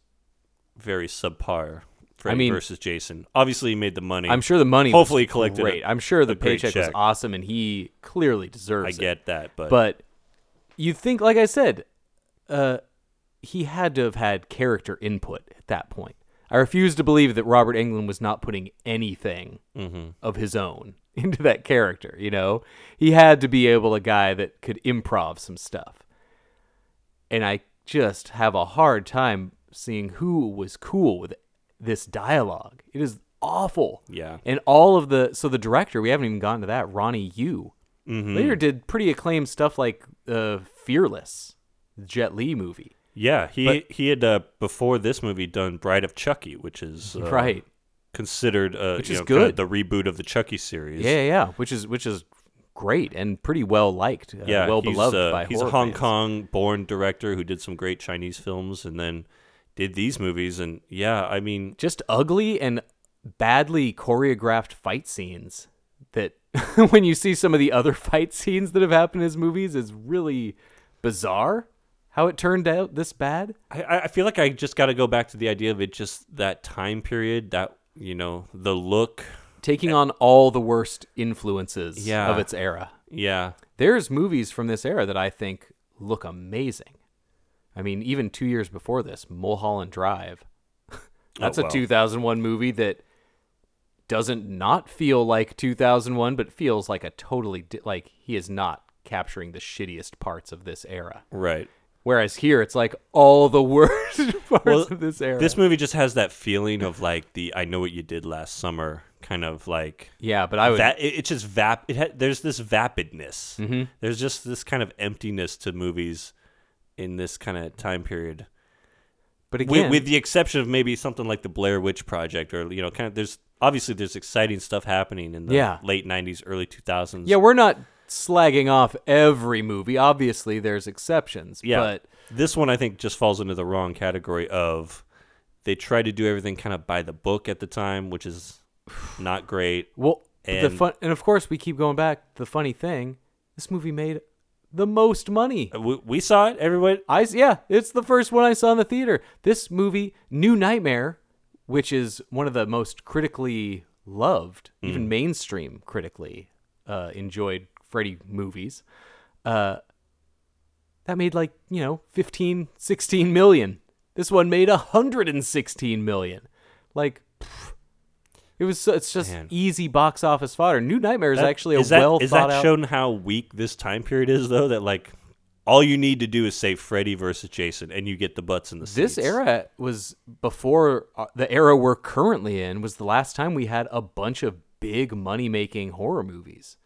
A: very subpar Freddy
B: mean-
A: versus Jason. Obviously, he made the money.
B: I'm sure the money was
A: Hopefully he collected
B: Great,
A: a-
B: I'm sure the
A: a great
B: paycheck was
A: check.
B: awesome, and he clearly deserves.
A: I
B: it.
A: get that, but,
B: but you think, like I said, uh, he had to have had character input at that point. I refuse to believe that Robert Englund was not putting anything of his own into that character. You know, he had to be able a guy that could improv some stuff, and I just have a hard time seeing who was cool with this dialogue. It is awful.
A: Yeah.
B: and all of the so the director we haven't even gotten to that Ronnie Yu later did pretty acclaimed stuff like uh, Fearless, the Jet Li movie.
A: yeah, he
B: but-
A: he had uh, before this movie done Bride of Chucky, which is uh,
B: right.
A: considered uh,
B: Which
A: you
B: is
A: know, kinda
B: good.
A: the reboot of the Chucky series.
B: Yeah, yeah, yeah, which is which is great and pretty well liked. Uh, well
A: he's,
B: beloved
A: uh,
B: by
A: he's
B: horror
A: a Hong
B: fans.
A: Kong born director who did some great Chinese films and then did these movies and yeah, I mean
B: Just ugly and badly choreographed fight scenes that when you see some of the other fight scenes that have happened in his movies is really bizarre how it turned out this bad.
A: I- I, I feel like I just got to go back to the idea of it just that time period, that, you know, the look.
B: Taking on all the worst influences
A: Yeah.
B: of its era.
A: Yeah.
B: There's movies from this era that I think look amazing. I mean, even two years before this, Mulholland Drive. That's
A: Oh, wow.
B: a 2001 movie that doesn't not feel like 2001, but feels like a totally di- like he is not capturing the shittiest parts of this era.
A: Right.
B: Whereas here, it's like all the worst parts
A: Well,
B: of this era.
A: This movie just has that feeling of like the I know what you did last summer kind of like
B: yeah, but I would.
A: that it, it's just vap it ha, there's this vapidness.
B: Mm-hmm.
A: There's just this kind of emptiness to movies in this kind of time period.
B: but
A: With,
B: again,
A: with the exception of maybe something like the Blair Witch Project or you know kind of there's obviously there's exciting stuff happening in the
B: Yeah.
A: late 90s early 2000s.
B: yeah, we're not slagging off every movie. Obviously, there's exceptions.
A: Yeah.
B: but
A: this one I think just falls into the wrong category of they tried to do everything kind of by the book at the time, which is not great.
B: Well, and, the
A: And-
B: fun, and of course, we keep going back. The funny thing, this movie made the most money.
A: Uh, We, we saw it. Everyone,
B: I s- yeah, it's the first one I saw in the theater. This movie, New Nightmare, which is one of the most critically loved,
A: Hmm.
B: even mainstream critically uh, enjoyed Freddy movies, uh, that made like you know 15, 16 million. This one made 116 million. Like. pff, It was. so- It's just
A: Man.
B: easy box office fodder. New Nightmare is
A: That-
B: actually a
A: is that-
B: well
A: Is
B: thought
A: that
B: out.
A: shown how weak this time period is, though? That like all you need to do is say Freddy versus Jason, and you get the butts in the
B: this
A: seats.
B: era was before uh, the era we're currently in was the last time we had a bunch of big money making horror movies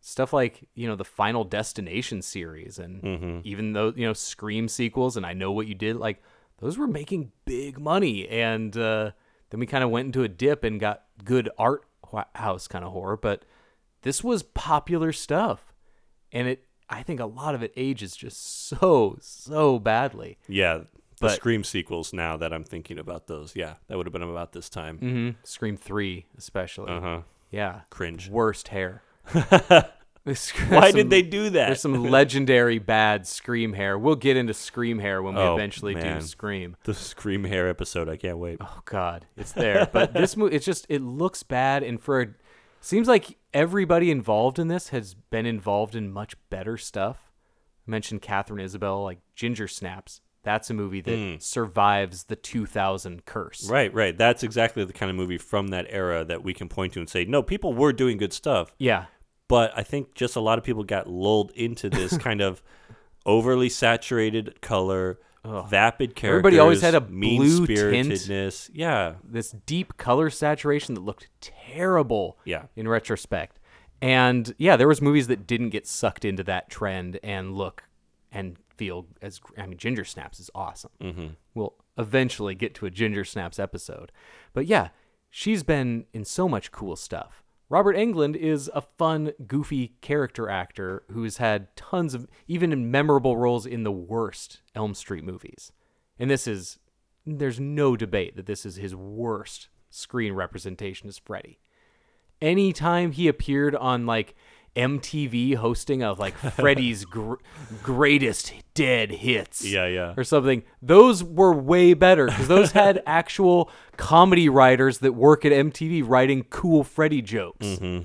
B: stuff like you know the final destination series and
A: Mm-hmm.
B: even though you know scream sequels and i know what you did like those were making big money and uh, then we kind of went into a dip and got good art ho- house kind of horror but this was popular stuff and it i think a lot of it ages just so so badly
A: Yeah, the
B: But-
A: Scream sequels. Now that I'm thinking about those, yeah, that would have been about this time.
B: Mm. Scream three, especially.
A: Uh huh.
B: Yeah,
A: Mm-hmm. Cringe.
B: Worst hair. This-
A: Why
B: some-
A: did they do that?
B: There's some legendary bad scream hair. We'll get into scream hair when we
A: Oh,
B: eventually
A: man.
B: do scream.
A: the Scream hair episode. I can't wait.
B: Oh God, it's there. But this movie, it's just it looks bad, and for a, seems like everybody involved in this has been involved in much better stuff. I mentioned Catherine Isabel, like Ginger Snaps. That's a movie that survives the 2000 curse.
A: Hmm. Right, right. That's exactly the kind of movie from that era that we can point to and say, no, people were doing good stuff.
B: Yeah.
A: But I think just a lot of people got lulled into this kind of overly saturated color, vapid characters.
B: Everybody always had a
A: mean
B: blue tint.
A: spiritedness. Yeah,
B: this deep color saturation that looked terrible
A: Yeah.
B: in retrospect and yeah there was movies that didn't get sucked into that trend and look and feel as gr- i mean ginger snaps is awesome mm-hmm. we'll eventually get to a ginger snaps episode but yeah she's been in so much cool stuff robert england is a fun goofy character actor who's had tons of even in memorable roles in the worst elm street movies and this is there's no debate that this is his worst screen representation as Freddy. Anytime he appeared on like MTV hosting of like Freddy's gr- greatest dead hits,
A: Yeah, yeah.
B: or something, those were way better because those had actual comedy writers that work at MTV writing cool Freddy jokes.
A: Mm-hmm.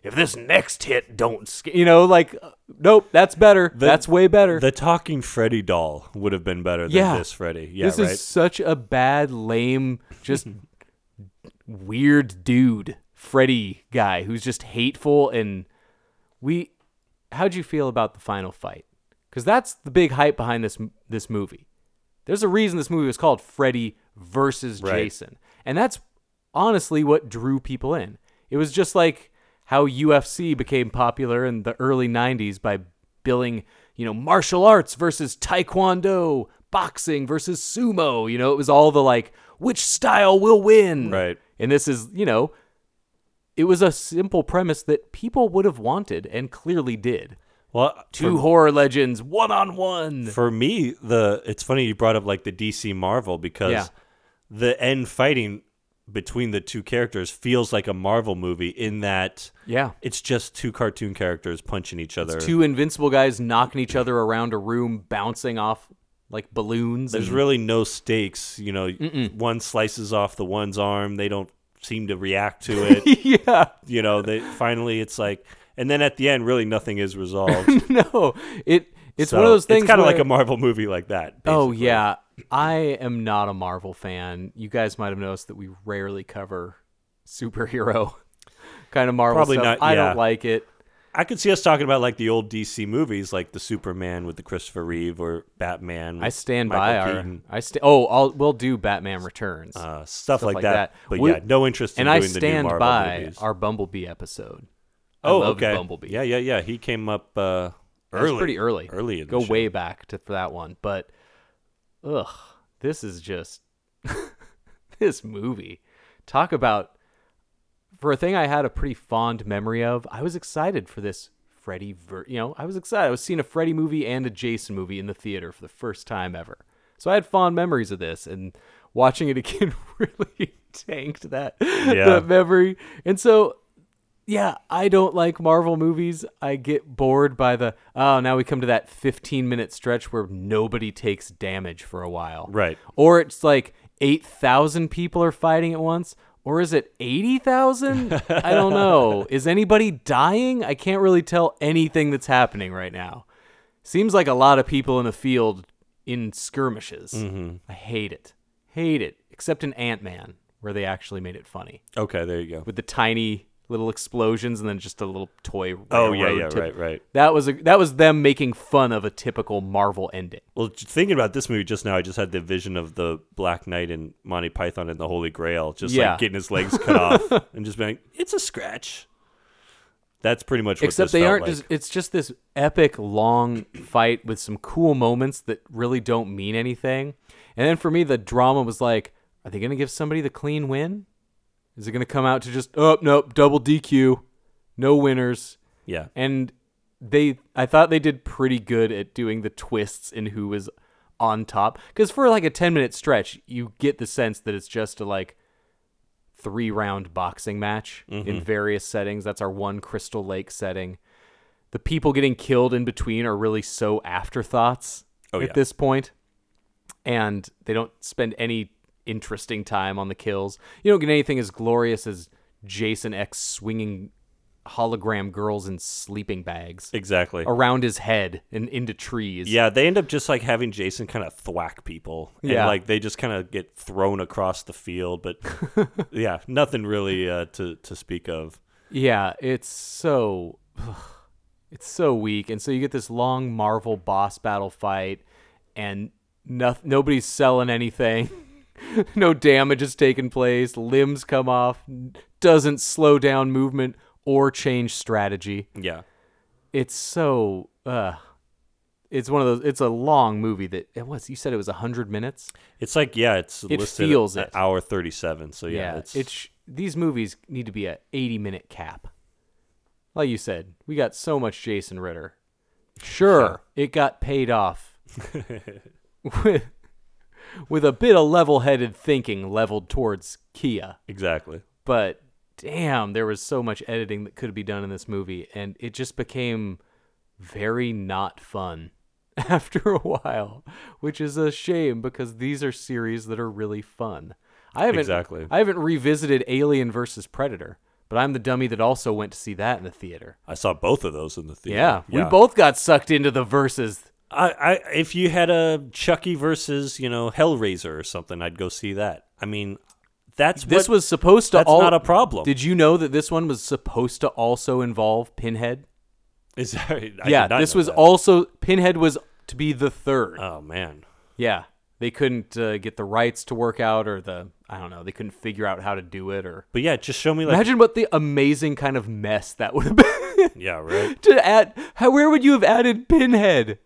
B: If this next hit don't, sca-, you know, like, uh, nope, that's better.
A: The-
B: that's way better.
A: the talking Freddy doll would have been better than this Freddy. Yeah,
B: this
A: right.
B: is such a bad, lame, just weird dude, Freddy guy who's just hateful. And we, how'd you feel about the final fight? Because that's the big hype behind this m- this movie. There's a reason this movie was called Freddy versus
A: Right.
B: Jason, and that's honestly what drew people in. It was just like how UFC became popular in the early 90s by billing, you know, martial arts versus taekwondo, boxing versus sumo, you know, it was all the like which style will win.
A: Right.
B: And this is, you know, it was a simple premise that people would have wanted and clearly did.
A: well,
B: Two horror legends, one on one.
A: for me the it's funny you brought up like the DC Marvel because
B: Yeah.
A: the end fighting between the two characters feels like a Marvel movie in that
B: Yeah.
A: it's just two cartoon characters punching each other.
B: Two invincible guys knocking each other around a room, bouncing off like balloons.
A: There's
B: and-
A: really no stakes. You know, one slices off the one's arm. They don't seem to react to it.
B: yeah.
A: you know, they finally it's like, and then at the end, really nothing is resolved.
B: No, it it's
A: So
B: one of those things.
A: It's kind of like
B: where-
A: a Marvel movie like that.
B: Oh
A: basically.
B: yeah, I am not a Marvel fan. You guys might have noticed that we rarely cover superhero kind of Marvel
A: Probably
B: stuff.
A: not,
B: I
A: yeah.
B: don't like it.
A: I could see us talking about like the old DC movies, like the Superman with the Christopher Reeve or Batman. With
B: I stand
A: Michael
B: by our.
A: Keaton,
B: I stand. Oh, I'll, we'll do Batman Returns,
A: uh, stuff, like,
B: like
A: that.
B: that.
A: But
B: We-
A: yeah, no interest in
B: and I
A: doing the new
B: stand
A: Marvel
B: by
A: movies.
B: our Bumblebee episode. I
A: oh,
B: love
A: okay.
B: Bumblebee.
A: Yeah, yeah, yeah. He came up uh,
B: That was
A: early,
B: pretty early.
A: early. In the
B: Go
A: show.
B: way back to for that one, but ugh, this is just this movie. Talk about for a thing I had a pretty fond memory of. I was excited for this Freddy. Ver- you know, I was excited. I was seeing a Freddy movie and a Jason movie in the theater for the first time ever. So I had fond memories of this, and watching it again really tanked that
A: Yeah.
B: that memory. And so yeah, I don't like Marvel movies. I get bored by the oh, now we come to that 15 minute stretch where nobody takes damage for a while.
A: Right.
B: Or it's like 8,000 people are fighting at once. Or is it 80,000? I don't know. Is anybody dying? I can't really tell anything that's happening right now. Seems like a lot of people in the field in skirmishes. I hate it. Hate it. Except in Ant Man, where they actually made it funny
A: Okay, there you go.
B: with the tiny little explosions and then just a little toy.
A: Oh yeah,
B: railroad
A: yeah,
B: tip-
A: right, right.
B: That was a, that was them making fun of a typical Marvel ending.
A: Well, j- thinking about this movie just now, I just had the vision of the Black Knight and Monty Python and the Holy Grail, just
B: Yeah.
A: like getting his legs cut off and just being like, "It's a scratch." That's pretty much what
B: Except
A: this
B: they
A: felt
B: aren't.
A: like.
B: just- it's just this epic long fight with some cool moments that really don't mean anything. And then for me, the drama was like, are they going to give somebody the clean win? Is it going to come out to just oh nope double DQ, no winners?
A: yeah,
B: and they i thought they did pretty good at doing the twists in who was on top because for like a 10 minute stretch you get the sense that it's just a like three round boxing match
A: Mm-hmm.
B: in various settings that's our one crystal lake setting the people getting killed in between are really so afterthoughts
A: Oh,
B: at
A: yeah.
B: this point and they don't spend any interesting time on the kills you don't get anything as glorious as jason x swinging hologram girls in sleeping bags
A: exactly.
B: around his head and into trees
A: Yeah, they end up just like having Jason kind of thwack people. And
B: Yeah.
A: like they just kind of get thrown across the field, but yeah, nothing really uh, to to speak of.
B: Yeah, it's so it's so weak, and so you get this long Marvel boss battle fight, and no, nobody's selling anything. no damage is taking place. Limbs come off. Doesn't slow down movement or change strategy.
A: Yeah.
B: It's so. Uh, it's one of those. It's a long movie that it was. You said it was hundred minutes.
A: It's like yeah, it's
B: It
A: listed
B: feels
A: at
B: it.
A: hour 37. So yeah, it's,
B: it's sh- these movies need to be a 80 minute cap. Like you said, we got so much Jason Ritter. Sure, it got paid off with with a bit of level-headed thinking leveled towards Kia,
A: exactly.
B: but damn, there was so much editing that could be done in this movie and it just became very not fun after a while, which is a shame because these are series that are really fun. I haven't
A: Exactly.
B: I haven't revisited Alien versus Predator, but I'm the dummy that also went to see that in the theater.
A: I saw both of those in the theater.
B: Yeah, we both got sucked into the versus.
A: I, I if you had a Chucky versus, you know, Hellraiser or something, I'd go see that. I mean, that's
B: This
A: what-
B: was supposed to
A: that's
B: all
A: not a problem.
B: Did you know that this one was supposed to also involve Pinhead?
A: is that, I
B: yeah,
A: did not
B: this
A: know
B: was
A: that.
B: also Pinhead was to be the third.
A: Oh man.
B: Yeah, they couldn't uh, get the rights to work out, or the I don't know, they couldn't figure out how to do it, or
A: But yeah, just show me like
B: imagine what the amazing kind of mess that would have been.
A: yeah, right.
B: to add how, where would you have added pinhead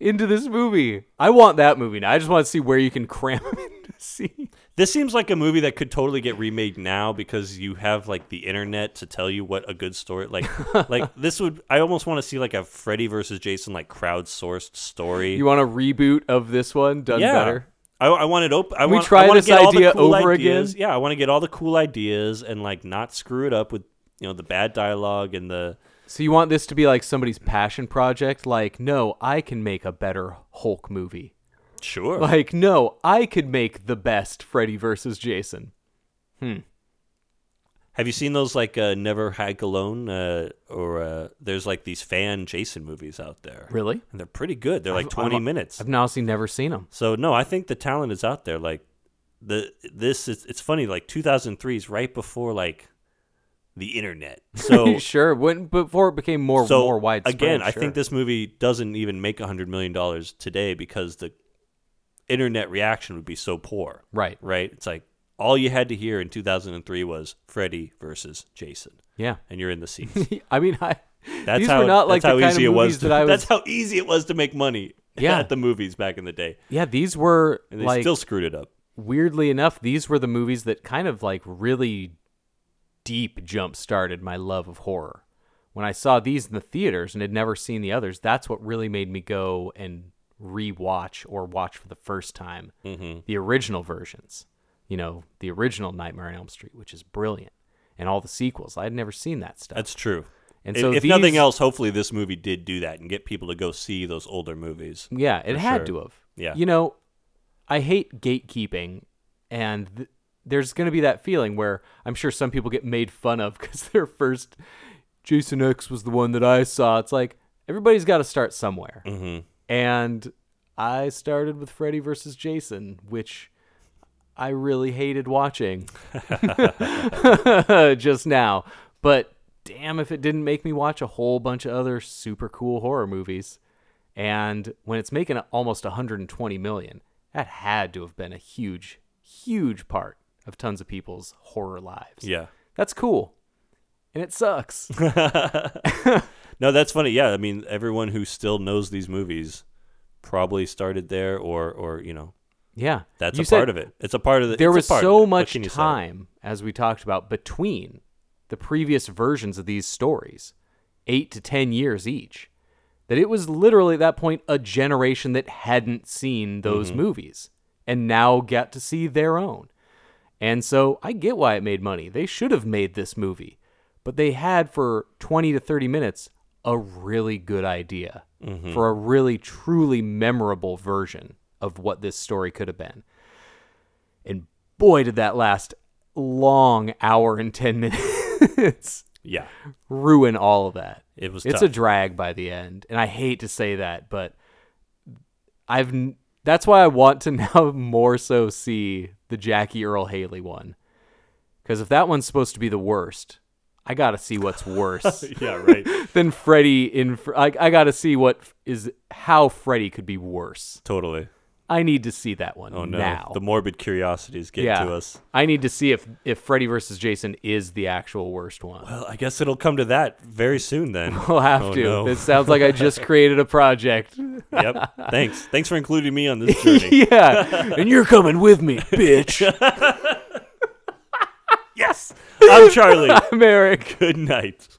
B: into this movie i want that movie now i just want to see where you can cram him into see
A: This seems like a movie that could totally get remade now because you have like the internet to tell you what a good story like like this would I almost want to see like a Freddy versus Jason like crowdsourced story.
B: you want a reboot of this one done
A: yeah.
B: better
A: I, I wanted open. I
B: We
A: want,
B: try
A: I wanna
B: this
A: get all the
B: idea
A: cool
B: over
A: ideas.
B: again?
A: Yeah, I want to get all the cool ideas and like not screw it up with you know the bad dialogue and the
B: So you want this to be like somebody's passion project? Like, no, I can make a better Hulk movie.
A: sure.
B: Like, no, I could make the best Freddy versus Jason.
A: Have you seen those like uh, Never Hike Alone uh, or uh, there's like these fan Jason movies out there?
B: Really?
A: And they're pretty good. They're like 20
B: I'm-
A: minutes.
B: I've honestly never seen him.
A: So no, I think the talent is out there. Like the this is it's funny. Like 2003 is right before like the internet. So
B: sure, when before it became more
A: so
B: more widespread.
A: again, I
B: sure.
A: think this movie doesn't even make 100 million dollars today because the internet reaction would be so poor.
B: right.
A: Right? It's like all you had to hear in 2003 was Freddy versus Jason,
B: Yeah,
A: and you're in the seats.
B: I mean, I
A: That's
B: these
A: how
B: were not like
A: that's
B: the
A: how
B: kind
A: easy
B: of
A: it
B: movies
A: was. To,
B: that I was.
A: That's how easy it was to make money.
B: Yeah.
A: at the movies back in the day,
B: yeah, these were
A: and they
B: like
A: still screwed it up.
B: weirdly enough, these were the movies that kind of like really deep jump started my love of horror. When I saw these in the theaters and had never seen the others, that's what really made me go and rewatch or watch for the first time
A: Mm-hmm.
B: the original versions. You know, the original Nightmare on Elm Street, which is brilliant, and all the sequels. I had never seen that stuff.
A: That's true.
B: And
A: If-
B: so
A: if nothing
B: these-
A: else, hopefully this movie did do that and get people to go see those older movies.
B: Yeah, it
A: For
B: had
A: sure.
B: to have.
A: Yeah.
B: You know, I hate gatekeeping, and th- there's going to be that feeling where I'm sure some people get made fun of because their first Jason X was the one that I saw. It's like everybody's got to start somewhere. Mm-hmm. And I started with Freddy versus Jason, which I really hated watching just now. But damn if it didn't make me watch a whole bunch of other super cool horror movies. And when it's making almost 120 million, that had to have been a huge, huge part of tons of people's horror lives.
A: Yeah.
B: That's cool. And it sucks.
A: No, that's funny. Yeah, I mean, everyone who still knows these movies probably started there, or or you know,
B: yeah.
A: that's
B: You
A: a
B: said
A: part of it. It's a part of the.
B: There
A: it's a
B: was
A: part of it.
B: so
A: What
B: much
A: can you say?
B: time, as we talked about, between the previous versions of these stories, eight to 10 years each, that it was literally at that point a generation that hadn't seen
A: Mm-hmm.
B: those movies and now got to see their own. And so I get why it made money. They should have made this movie, but they had for 20 to 30 minutes a really good idea
A: Mm-hmm.
B: for a really truly memorable version of what this story could have been. And boy, did that last long hour and 10 minutes
A: Yeah.
B: ruin all of that.
A: It was
B: It's
A: tough.
B: a drag by the end, and I hate to say that, but I've n- that's why I want to now more so see the Jackie Earl Haley one, because if that one's supposed to be the worst, I gotta see what's worse
A: yeah. Right.
B: than Freddy in. Fr- I, I gotta see what f- is how Freddy could be worse.
A: totally.
B: I need to see that one
A: Oh no.
B: now.
A: The morbid curiosities get to us.
B: I need to see if if Freddy versus Jason is the actual worst one.
A: Well, I guess it'll come to that very soon then.
B: We'll have
A: Oh,
B: to.
A: no.
B: This sounds like I just created a project.
A: yep. Thanks. Thanks for including me on this journey.
B: yeah, and you're coming with me, bitch.
A: I'm Charlie.
B: I'm Eric.
A: Good night.